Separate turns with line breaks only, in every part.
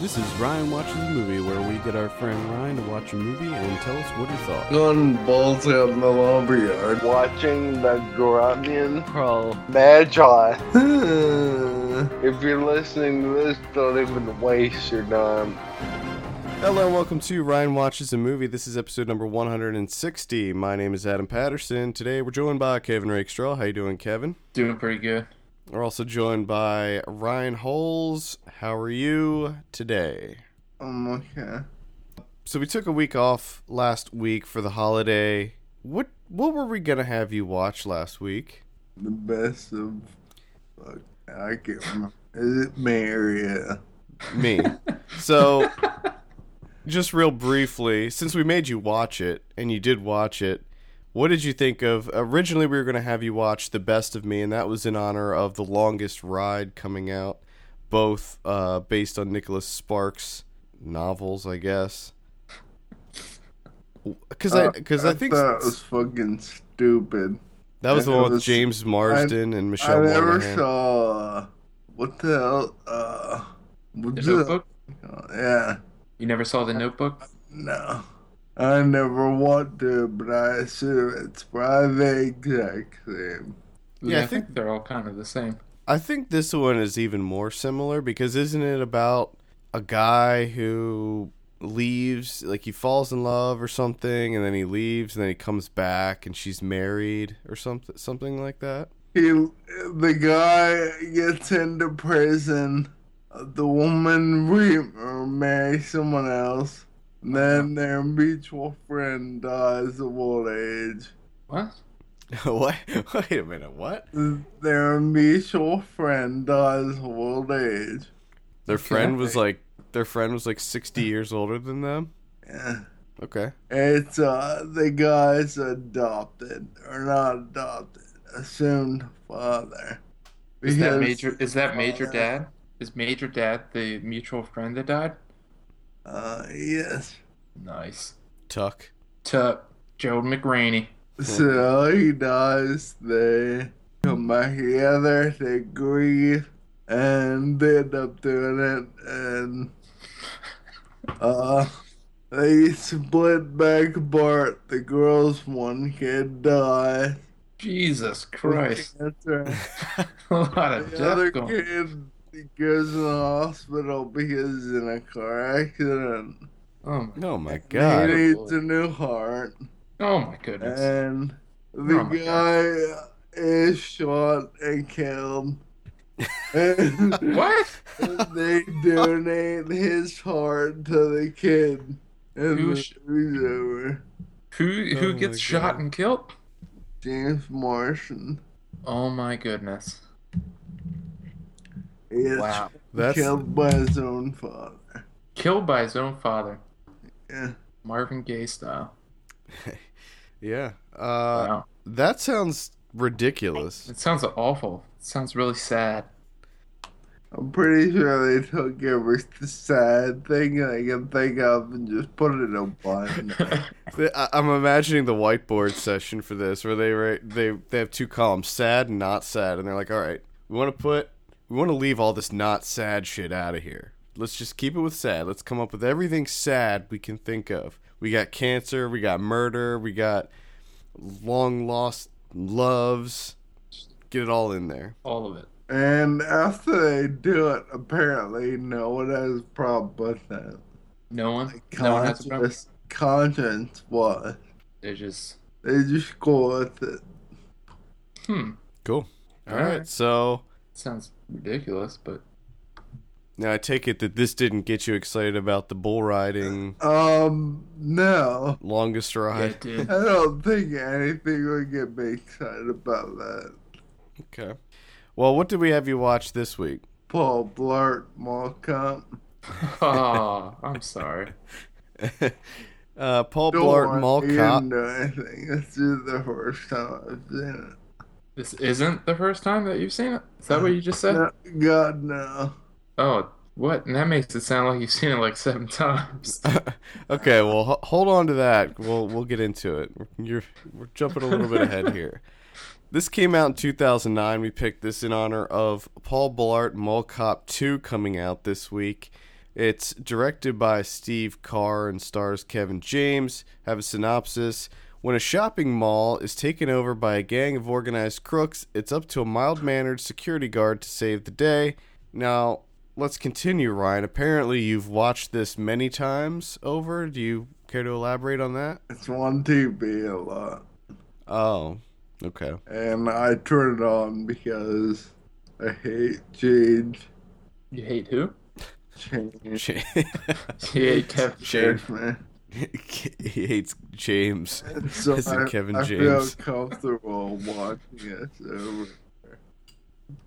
This is Ryan Watches a Movie, where we get our friend Ryan to watch a movie and tell us what he thought.
Gun balls out in the lumber yard.
watching the Grunion
Pro.
Magi.
Hello,
If you're listening to this, don't even waste your time.
Hello and welcome to Ryan Watches a Movie. This is episode number 160. My name is Adam Patterson. Today we're joined by Kevin Rakestraw. How you doing, Kevin?
Doing pretty good.
We're also joined by Ryan Holes. How are you today?
I'm okay.
So we took a week off last week for the holiday. What what were we gonna have you watch last week?
The best of. Fuck, I can't remember. Is it Maria?
me. So, just real briefly, since we made you watch it and you did watch it, what did you think of? Originally, we were going to have you watch The Best of Me, and that was in honor of The Longest Ride coming out, both uh, based on Nicholas Sparks' novels, I guess. Because I,
Uh,
because I think
thought it was fucking stupid.
that was the one with
was-
James Marsden and Michelle
I never
Monaghan.
saw. Uh, what the hell? Uh, what
The
the-
Notebook?
Yeah,
You never saw The Notebook?
no. I never want to, but I assume it's probably the exact same.
Yeah, I
I think they're all kind of the same.
I think this one is even more similar because isn't it about a guy who leaves, like he falls in love or something, and then he leaves, and then he comes back, and she's married or something, something like that.
he the guy gets into prison the woman re- or marries someone else and then their mutual friend dies of old age
What?
what? Wait a minute. What?
their mutual friend dies of old age
Their friend was
Okay.
like, their friend was like sixty years older than them.
Yeah.
Okay.
it's uh the guy's adopted or not adopted assumed father
Is that
Because-
Major is that Major
uh,
Dad? Is Major Dad the mutual friend that died?
uh yes
Nice.
Tuck.
To Joe McRaney.
So he dies, they come back together, they grieve, and they end up doing it, and uh, they split back apart. The girls, one kid dies.
Jesus
Right.
Christ.
That's right.
a lot of
The other
death going.
kid goes in the hospital because he's in a car accident.
Oh my,
Oh my
he
god.
needs a new heart.
oh my goodness.
Uh,
and the
Oh my
guy is shot and killed. and
what?
they donate his heart to the kid. And
Who
the
sh-
movie's over.
Who who
Oh my
gets shot
God.
and killed?
James Martian.
Oh my goodness.
He is
Wow.
That's
killed by his own father.
Killed by his own father.
Yeah.
Marvin Gaye style.
yeah. Uh,
Wow.
that sounds ridiculous.
It sounds awful. It sounds really sad.
I'm pretty sure they took every sad thing I can think of and just put it in a bun.
The- I- I'm imagining the whiteboard session for this, where they write, they they have two columns, sad and not sad, and they're like, all right, we want to put, we want to leave all this not sad shit out of here. Let's just keep it with sad. Let's come up with everything sad we can think of. We got cancer, we got murder, we got long lost loves. Get it all in there.
All of it.
and after they do it, apparently no one has a problem with that.
No one. No one has a problem.
conscience, conscience was.
They're just.
They just go with it.
Hmm.
Cool. all right.
Alright.
So
Sounds ridiculous, but
now I take it that this didn't get you excited about the bull riding
Um, no.
longest
yeah,
ride.
it did.
I don't think anything would get me excited about that.
Okay. Well, what did we have you watch this week?
Paul Blart Mall Cop.
oh, I'm sorry.
uh, Paul
Don't
Blart
want
Mall
you to
Cop.
know anything. This is the first time I've seen it.
This isn't the first time that you've seen it. Is that what you just said?
No, God, no.
Oh, what? And that makes it sound like you've seen it like seven times.
okay, well, ho- hold on to that. We'll we'll get into it. You're we're jumping a little bit ahead here. This came out in 2009. We picked this in honor of Paul Blart Mall Cop 2 coming out this week. It's directed by Steve Carr and stars Kevin James. Have a synopsis. When a shopping mall is taken over by a gang of organized crooks, it's up to a mild mannered security guard to save the day. Now, let's continue, Ryan. Apparently, you've watched this many times over. Do you care to elaborate on that?
It's on TV a lot.
Oh, okay.
And I turn it on because I hate change.
You hate who?
Change.
J-
You hate Kevin.
Shane.
man.
he hates James.
And So
As in
I,
Kevin
I
James.
feel comfortable watching it. So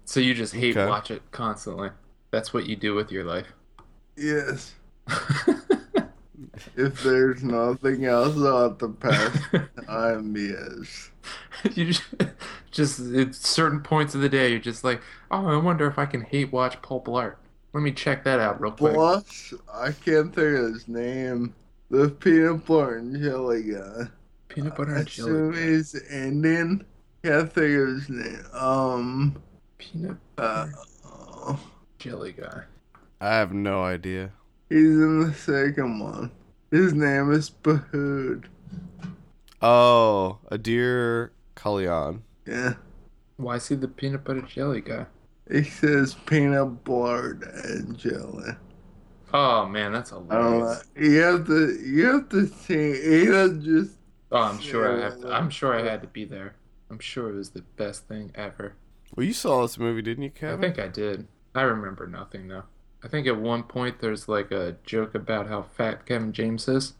So you just hate
Okay.
watch it constantly. That's what you do with your life.
yes, if there's nothing else on the past time, yes.
you just, just at certain points of the day, you're just like, oh, I wonder if I can hate watch Pulp Blart. Let me check that out real quick.
Plus, I can't think of his name. The peanut butter and jelly guy.
Peanut butter
I
and
assume
jelly.
he's Indian. Can't think of his name. Um.
Peanut
Uh,
butter jelly guy.
I have no idea.
he's in the second one. His name is Bahood.
Oh, a dear Kalyan.
Yeah.
Why see the peanut butter jelly guy?
He says peanut butter and jelly.
Oh man, that's
I don't know.
hilarious.
Um, You have to. You have to see. He doesn't just.
Oh, I'm sure I have to,
Yeah.
I'm sure I had to be there. I'm sure it was the best thing ever.
Well, you saw this movie, didn't you,
I
Kevin?
think I did. I remember nothing though. I think at one point there's like a joke about how fat Kevin James is.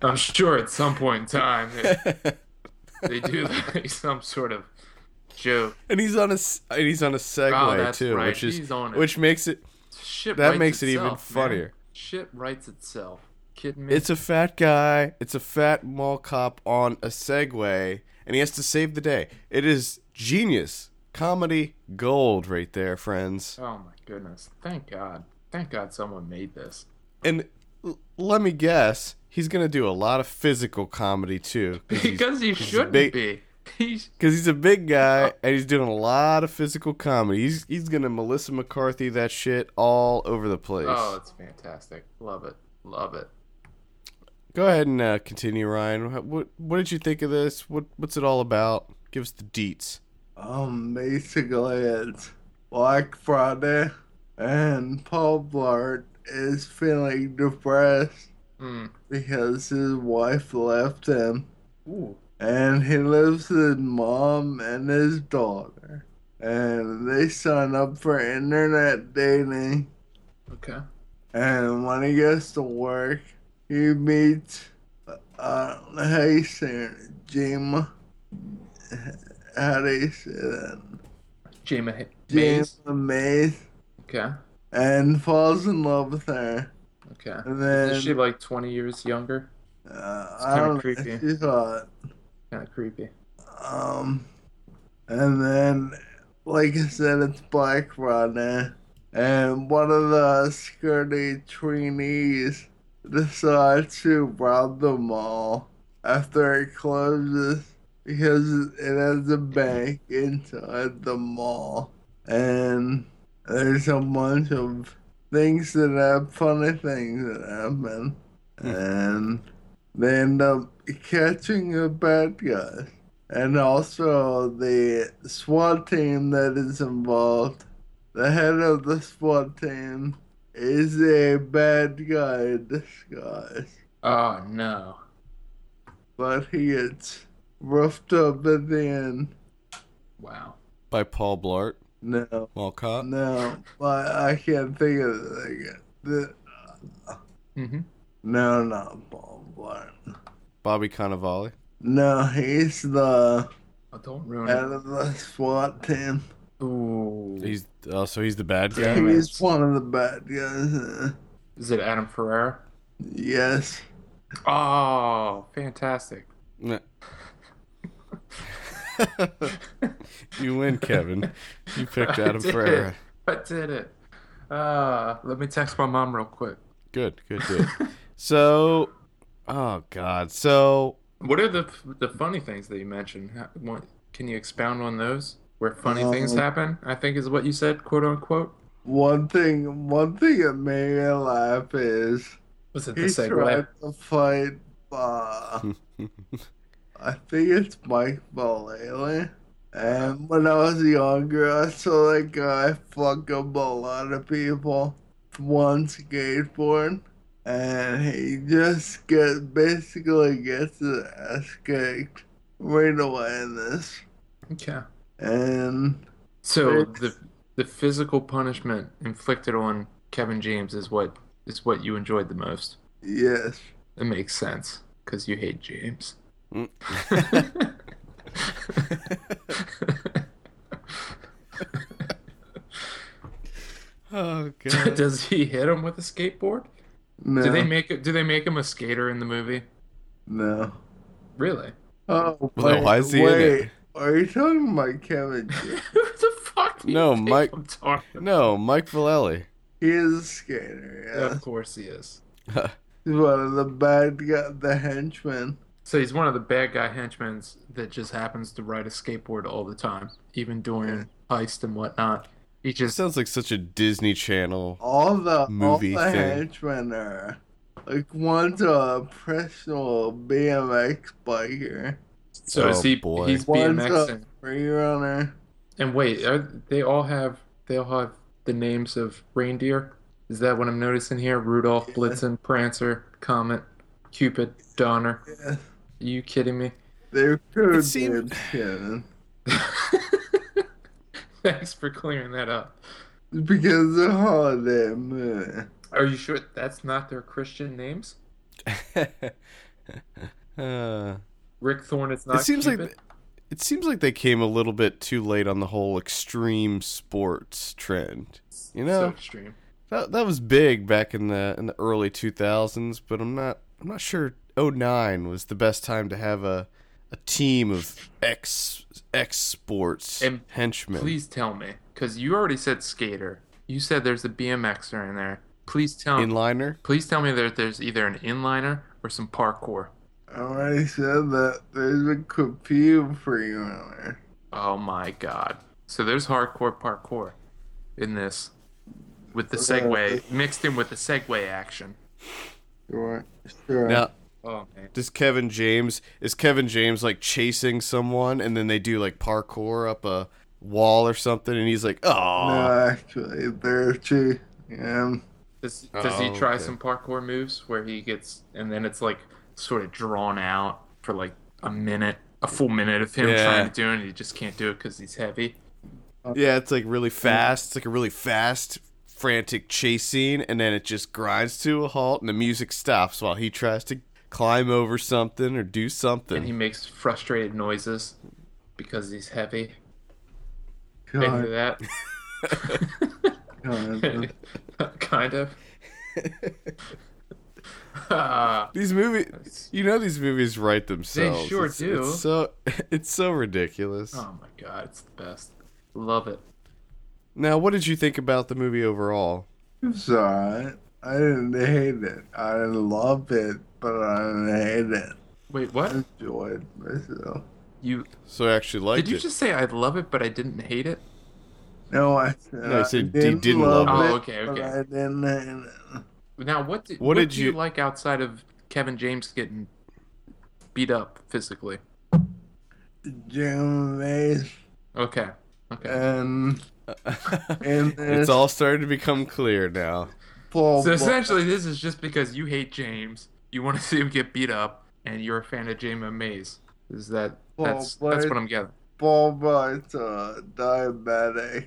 I'm sure at some point in time they, they do like some sort of joke.
and he's on a s- and he's on a
Oh,
Segway
that's
too,
right.
which is
He's on it.
which makes it
Shit
that
writes
makes it even
itself, man.
funnier.
Shit writes itself. Kidding me?
it's a fat guy, it's a fat mall cop on a Segway, and he has to save the day. It is genius comedy gold right there, friends.
oh my goodness! Thank God! Thank God someone made this.
And l- let me guess, he's gonna do a lot of physical comedy too,
Because he shouldn't
big-
be. He's
Because he's a big guy and he's doing a lot of physical comedy. He's he's gonna Melissa McCarthy that shit all over the place.
oh, it's fantastic. Love it. Love it.
Go ahead and uh, continue, Ryan. Wh- What what did you think of this? What what's it all about? Give us the deets.
Um. Basically, it's Black Friday, and Paul Blart is feeling depressed
Mm.
because his wife left him.
Ooh.
and he lives with his mom and his daughter. And they sign up for internet dating.
Okay.
And when he gets to work, he meets, uh, how do you say it? Jima? How do you say that?
Jama Maze.
Jima Mays.
Okay.
And falls in love with her.
Okay.
And
Is she
then,
like 20 years younger?
uh,
It's
I
kinda
don't know,
creepy.
she's hot.
Kind of creepy.
Um, and then, like I said, it's Black Friday, and one of the skirty trainees decides to rob the mall after it closes because it has a bank inside the mall, and there's a bunch of things that have funny things that happen, and they end up catching the bad guys and also the SWAT team that is involved. The head of the SWAT team is a bad guy in disguise,
Oh, no.
but he gets roughed up at the end.
Wow.
By Paul Blart,
No,
Walcott.
no, but I can't think of the, the
Mm-hmm.
no, not Paul Blart.
Bobby Cannavale.
No, he's the
Oh, don't ruin
head of the SWAT team.
it. Ooh.
He's oh, so he's the bad guy.
Damn
He's
it.
one of the bad guys.
Is it Adam Ferrera?
Yes.
Oh, fantastic.
No. you win, Kevin. You picked
I
Adam
did.
Ferrara.
I did it. Uh, let me text my mom real quick.
Good, good, good. so, oh god, so
What are the the funny things that you mentioned? How- What, can you expound on those? Where funny things
Um,
happen, I think is what you said, quote unquote.
one thing, one thing that made me laugh is
Was it the
he
segue?
tried to fight. Uh, I think it's Mike Mullally. And when I was younger, I saw that guy fuck up a lot of people with one skateboard. And he just get basically gets his ass kicked right away in this.
Okay.
And
So
Six.
the the physical punishment inflicted on Kevin James is what is what you enjoyed the most.
yes,
It makes sense because you hate James.
Mm. Oh god.
Does he hit him with a skateboard?
no,
Do they make it? Do they make him a skater in the movie?
no.
Really?
Oh,
Well, then why is he in
wait.
it?
Are you talking about Kevin? James?
Who the fuck? Do you
No,
think
Mike-
I'm talking.
No, Mike Vallely.
he is a skater. Yes.
Of course he is.
He's one of the bad guy, the henchmen.
So he's one of the bad guy henchmen that just happens to ride a skateboard all the time, even during heist and whatnot. He
It
just
sounds like such a Disney Channel.
All the
Movie
all the
thing.
henchmen are like one's a professional BMX biker,
so
Oh,
is he?
boy.
He's
one's
BMX
a
and,
freerunner.
and wait, are, they all have they all have the names of reindeer. Is that what I'm noticing here? Rudolph, Blitzen, Prancer, Comet, Cupid, Donner.
Yeah.
Are you kidding me?
They're code
seemed-
names, Kevin,
Thanks for clearing that up.
because they're holiday movie.
Are you sure that's not their Christian names?
Uh,
Rick Thorne is not.
it seems like
Cupid?
it seems like they came a little bit too late on the whole extreme sports trend. You
so
know,
extreme.
that that was big back in the in the early 2000s, but I'm not I'm not sure 09 was the best time to have a a team of ex ex sports
And
henchmen.
Please tell me, because you already said skater. You said there's a BMXer in there. Please tell me.
Inliner?
please tell me that there's either an inliner or some parkour.
I already said that there's a Capil freerunner.
Oh my god. So there's hardcore parkour in this, with the segue mixed in with the segue action.
Sure, sure.
Now,
Oh man.
does Kevin James is Kevin James like chasing someone and then they do like parkour up a wall or something and he's like, "Oh,
No, actually, they're two. Um,
Does does he
Oh,
try
okay.
some parkour moves where he gets and then it's like sort of drawn out for like a minute, a full minute of him
Yeah.
trying to do it and he just can't do it because he's heavy.
yeah, it's like really fast. It's like a really fast frantic chase scene and then it just grinds to a halt and the music stops while he tries to climb over something or do something."
And he makes frustrated noises because he's heavy. Into
God,
that
God.
kind of. Ah,
these movies, you know, these movies write themselves.
sure
It's-
do.
It's so it's so ridiculous.
oh my god, it's the best. Love it.
Now, what did you think about the movie overall?
It's alright. I didn't hate it. I didn't love it, but I didn't hate it.
Wait,
I
what?
enjoyed myself.
You
So I actually liked
did you
it.
just say I love it, but I didn't hate it?
No, I said,
No, you said
I
you didn't love
it.
it.
Oh, okay,
but
okay.
I didn't hate it.
Now, what did,
What
what,
did
did you
you-
like outside of Kevin James getting beat up physically?
Jim Mace
Okay,
Uh,
okay.
and, and
It's
this
all starting to become clear now.
Paul
so
Blart-
essentially, this is just because you hate James, you want to see him get beat up, and you're a fan of James Mays. Is that
Well,
that's
but
that's
it-
what I'm getting?
Paul Bart's a diabetic,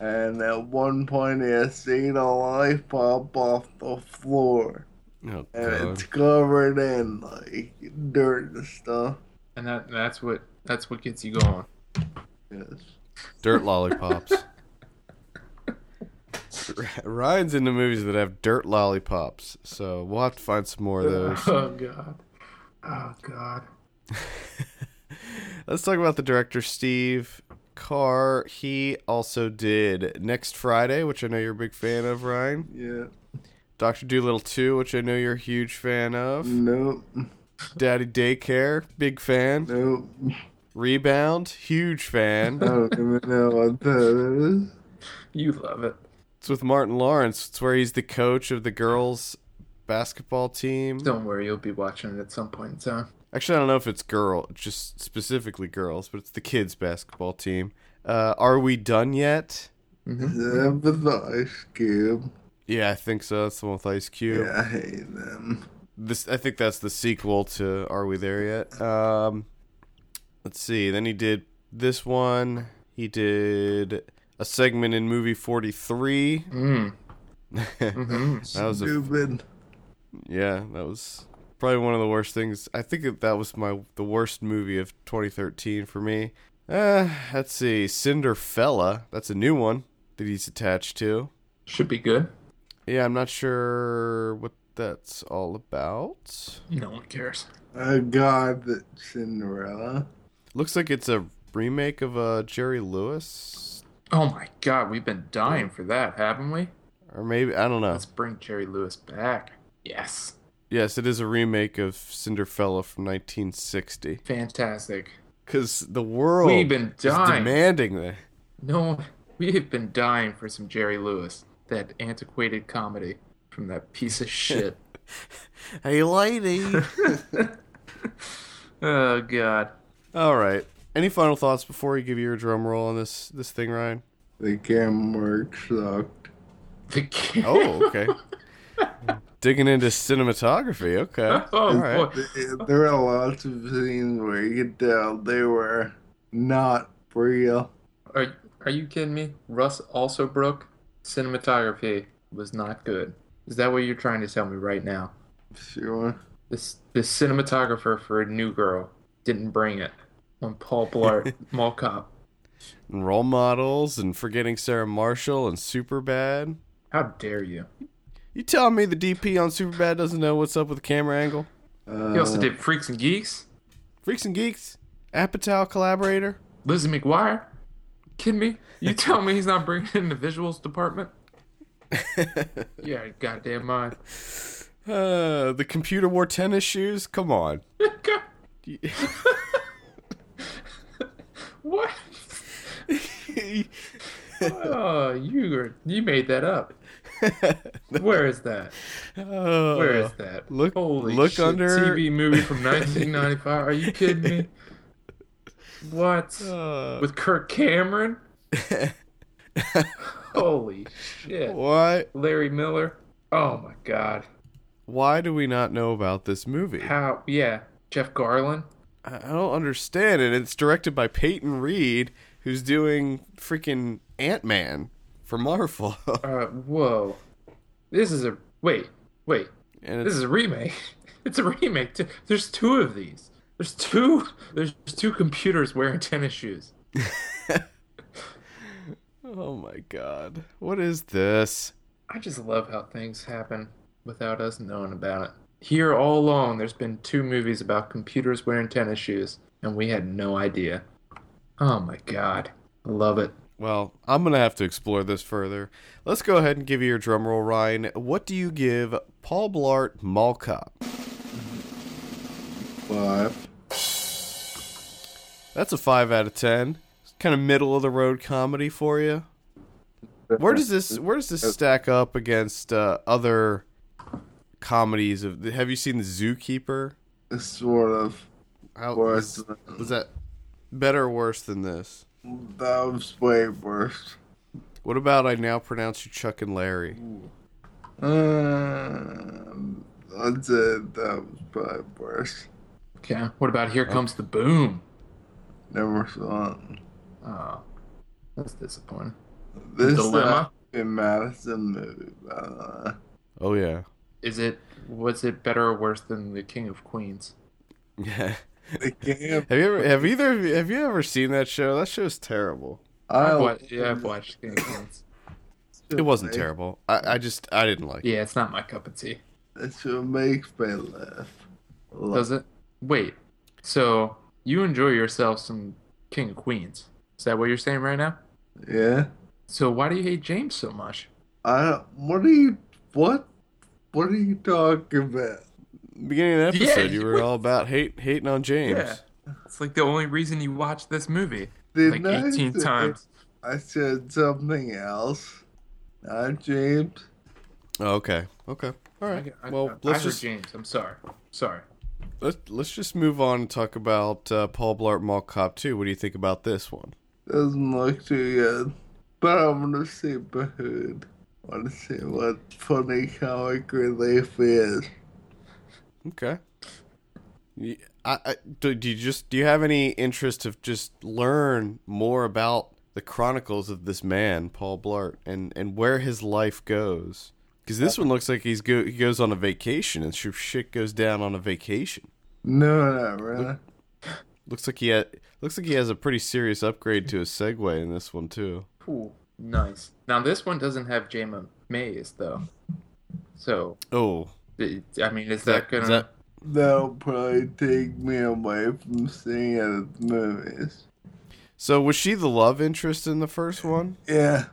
and at one point he has seen a life pop off the floor,
Oh
and
god.
it's covered in like dirt and stuff.
And that that's what that's what gets you going.
Yes.
Dirt lollipops. Ryan's into movies that have dirt lollipops, so we'll have to find some more of those.
Oh god. Oh god.
Let's talk about the director, Steve Carr. He also did Next Friday, which I know you're a big fan of, Ryan.
Yeah.
Doctor Doolittle 2, which I know you're a huge fan of.
Nope.
Daddy Daycare, big fan.
Nope.
Rebound, huge fan.
I don't even know what that is.
You love it.
It's It's with Martin Lawrence. It's where he's the coach of the girls' basketball team.
Don't worry, you'll be watching it at some point in time.
Actually, I don't know if it's girl, just specifically girls, but it's the kids' basketball team. Uh, are we done yet?
Mhm.
Is that with the Ice Cube?
Yeah, I think so. That's the one with Ice Cube.
Yeah, I hate them.
This, I think that's the sequel to Are We There Yet? Um, let's see. Then he did this one. He did a segment in movie 43.
Mm.
that
hmm
was a
Stupid.
Yeah, that was probably one of the worst things. I think that, that was my the worst movie of 2013 for me. Uh, let's see, Cinderfella. That's a new one that he's attached to.
Should be good.
Yeah, I'm not sure what that's all about.
No one cares.
A god that Cinderella.
Looks like it's a remake of uh, Jerry Lewis,
Oh my god, we've been dying for that, haven't we?
or maybe I don't know.
Let's bring Jerry Lewis back. Yes.
Yes, it is a remake of Cinderfella from 1960.
Fantastic.
Because the world
We've
Oh,
been
is
dying.
demanding that.
No, we have been dying for some Jerry Lewis, that antiquated comedy from that piece of shit.
Hey, lady.
oh god.
All right. Any final thoughts before you give your drum roll on this this thing, Ryan?
The game work sucked.
The kid.
Oh, okay. Digging into cinematography. Okay. All right.
Oh, boy.
There were lots of scenes where you could tell they were not real.
Are are you kidding me? Russ also broke cinematography was not good. Is that what you're trying to tell me right now?
Sure.
This the cinematographer for New Girl didn't bring it on Paul Blart Mall Cop.
And role models and forgetting Sarah Marshall and Superbad.
How dare you?
You telling me the DP on Superbad doesn't know what's up with the camera angle?
Uh,
He also did Freaks and Geeks,
Freaks and geeks. Apatow collaborator.
Lizzie McGuire. Kidding me? You tell me he's not bringing in the visuals department? Yeah, goddamn mind.
uh, the computer wore tennis shoes. Come on.
God. what? Oh, you were, you made that up. Where is that? Where is that?
Uh, look-
Holy
look
shit,
under-
TV movie from 1995. Are you kidding me? What?
Uh,
With Kirk Cameron? Holy shit.
why?
Larry Miller. Oh my god.
Why do we not know about this movie?
How? Yeah. Jeff Garland.
I I don't understand it. It's directed by Peyton Reed, who's doing freaking Ant Man for Marvel,
Uh, whoa. This is a wait, wait.
and
This
it's,
is a remake. It's a remake. too. There's two of these. There's two. There's two computers wearing tennis shoes.
oh my god, what is this?
I just love how things happen without us knowing about it. Here all along, there's been two movies about computers wearing tennis shoes, and we had no idea. Oh my god, I love it.
Well, I'm gonna have to explore this further. Let's go ahead and give you your drum roll, Ryan. What do you give Paul Blart Mall Cop?
But
That's a five out of ten. It's kind of middle of the road comedy for you. Where does this Where does this stack up against uh, other comedies? Of Have you seen the Zookeeper?
sort of
How
worse?
Was
um,
that better or worse than this?
That was way worse.
What about I now pronounce you Chuck and Larry?
Um, I'd say that was probably worse.
Okay, what about Here Comes the Boom?
Never saw it.
Oh, that's disappointing.
This
Dilemma?
is a Madison movie, by the way.
Oh yeah,
Is it was it better or worse than The King of Queens?
yeah.
The King of-
Have you ever have either of you, have you ever seen that show? That show's terrible.
I
I've watched, yeah, I've watched King of Queens.
It wasn't terrible. I, I just I didn't like. it.
Yeah, it's not my cup of tea.
That's what makes me laugh.
Does it? Wait. So you enjoy yourself some King of Queens? Is that what you're saying right now?
Yeah.
So why do you hate James so much?
I. don't- What are you? What? What are you talking about?
Beginning of the
Yeah,
episode, you
you
were
were-
all about hate hating on James.
it's like the only reason you watched this movie
Did
like
I
18
say-
times.
I said something else. Not James.
Oh, okay. Okay. All right.
I- I-
well,
I,
let's
heard
just
James. I'm sorry. Sorry.
let's, let's just move on and talk about uh, Paul Blart Mall Cop 2. What do you think about this one?
Doesn't look too good. But I'm gonna see Bahood. Wanna see what funny comic relief is.
Okay. Y- I, I- do, do you just do you have any interest of just learn more about the chronicles of this man Paul Blart and and where his life goes? Because this one looks like he's go, he goes on a vacation and sh- shit goes down on a vacation.
No, not really.
Looks like he ha- looks like he has a pretty serious upgrade to his Segway in this one too.
Cool. Nice. Now this one doesn't have Jama Mays though. So
Oh,
it- I mean, is that gonna?
is that-
That'll probably take me away from seeing other movies.
so was she the love interest in the first one?
Yeah,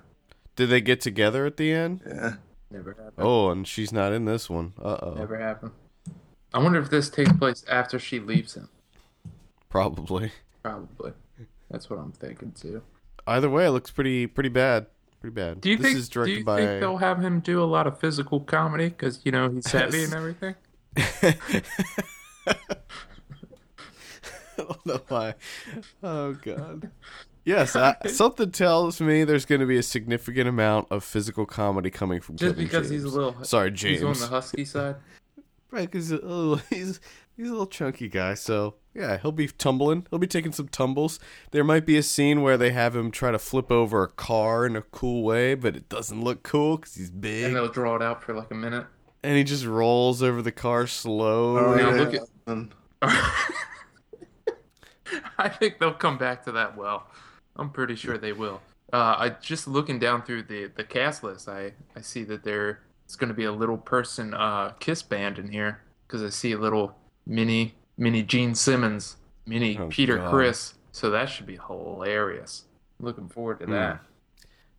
Did they get together at the end?
yeah.
Never happened.
Oh, and she's not in this one. Uh oh.
Never happened. I wonder if this takes place after she leaves him.
Probably.
Probably. That's what I'm thinking too.
Either way, it looks pretty pretty bad. Pretty bad.
Do you
this
think?
is directed
do you
by
think they'll have him do a lot of physical comedy because you know he's heavy and everything?
I don't know why. Oh god. Yes, I, something tells me there's going to be a significant amount of physical comedy coming from
Just
Kevin
because he's a
James.
little-
sorry
He's on the
James
husky side.
right because he's, a little- he's he's a little chunky guy so yeah he'll be tumbling he'll be taking some tumbles there might be a scene where they have him try to flip over a car in a cool way but it doesn't look cool because he's big
and they'll draw it out for like a minute.
and he just rolls over the car slowly.
now look
Alright,
at-
um,
I think they'll come back to that well. I'm pretty sure they will. Uh, I just looking down through the the cast list. I I see that there it's going to be a little person uh, kiss band in here because I see a little mini mini Gene Simmons, mini
Oh,
Peter
God.
Chris. So that should be hilarious. Looking forward to
Hmm.
that.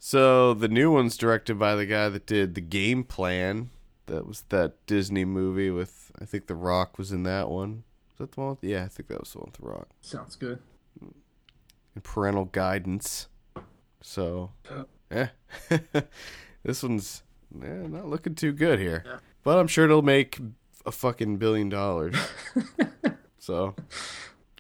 So the new one's directed by the guy that did the game plan. That was that Disney movie with I think The Rock was in that one. Is that the one? With, yeah, I think that was the one with The Rock
Sounds good.
and Parental Guidance. So, yeah, this one's yeah, not looking too good here.
Yeah.
But I'm sure it'll make a fucking billion dollars. so,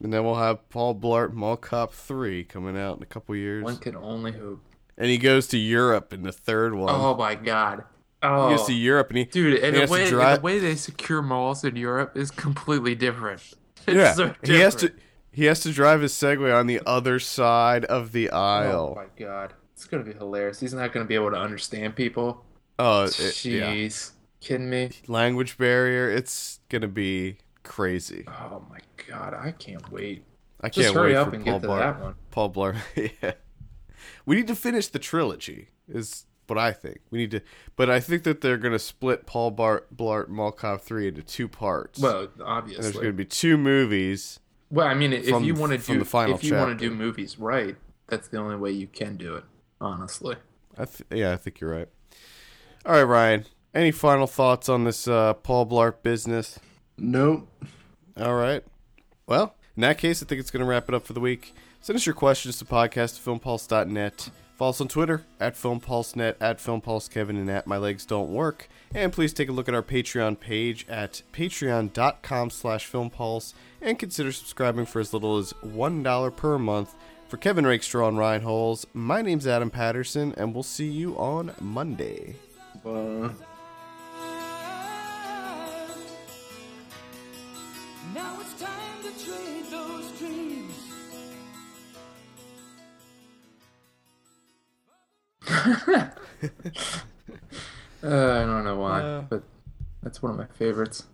and then we'll have Paul Blart Mall Cop Three coming out in a couple years.
One can only hope.
and he goes to Europe in the third one.
Oh my god.
He
Oh,
goes to Europe and he
dude, and
he
the
has to
way
drive-
the way they secure malls in Europe is completely different. It's
yeah,
so different.
he has to he has to drive his Segway on the other side of the
Oh
aisle.
my god, it's gonna be hilarious. He's not gonna be able to understand people.
Oh, it- yeah,
Jeez, kidding me?
language barrier. It's gonna be crazy.
Oh my god, I can't wait.
I
Just
can't
hurry
wait
up
for
and
Paul
get to
Blart.
that one.
Paul Blart. yeah, we need to finish the trilogy. Is what I think. We need to, but I think that they're gonna split Paul Blart, Blart Mall Cop three into two parts.
Well,
and there's gonna
obviously.
be two movies.
Well, I mean, if
from-
you want to
from
do
the final
if you want to
chapter.
do movies right, that's the only way you can do it. Honestly,
I th- yeah, I think you're right. All right, Ryan. Any final thoughts on this uh, Paul Blart business?
nope.
All right. Well, in that case, I think it's going to wrap it up for the week. Send us your questions to podcast at filmpulse.net. Follow us on Twitter at filmpulsenet, at filmpulsekevin, and at my legs don't work. And please take a look at our Patreon page at patreon.com slash filmpulse and consider subscribing for as little as $1 per month. For Kevin Rakestraw and Ryan Holes, my name's Adam Patterson, and we'll see you on Monday.
Well,
Now it's time to trade those dreams.
Uh.
uh, I don't know why, but that's one of my favorites.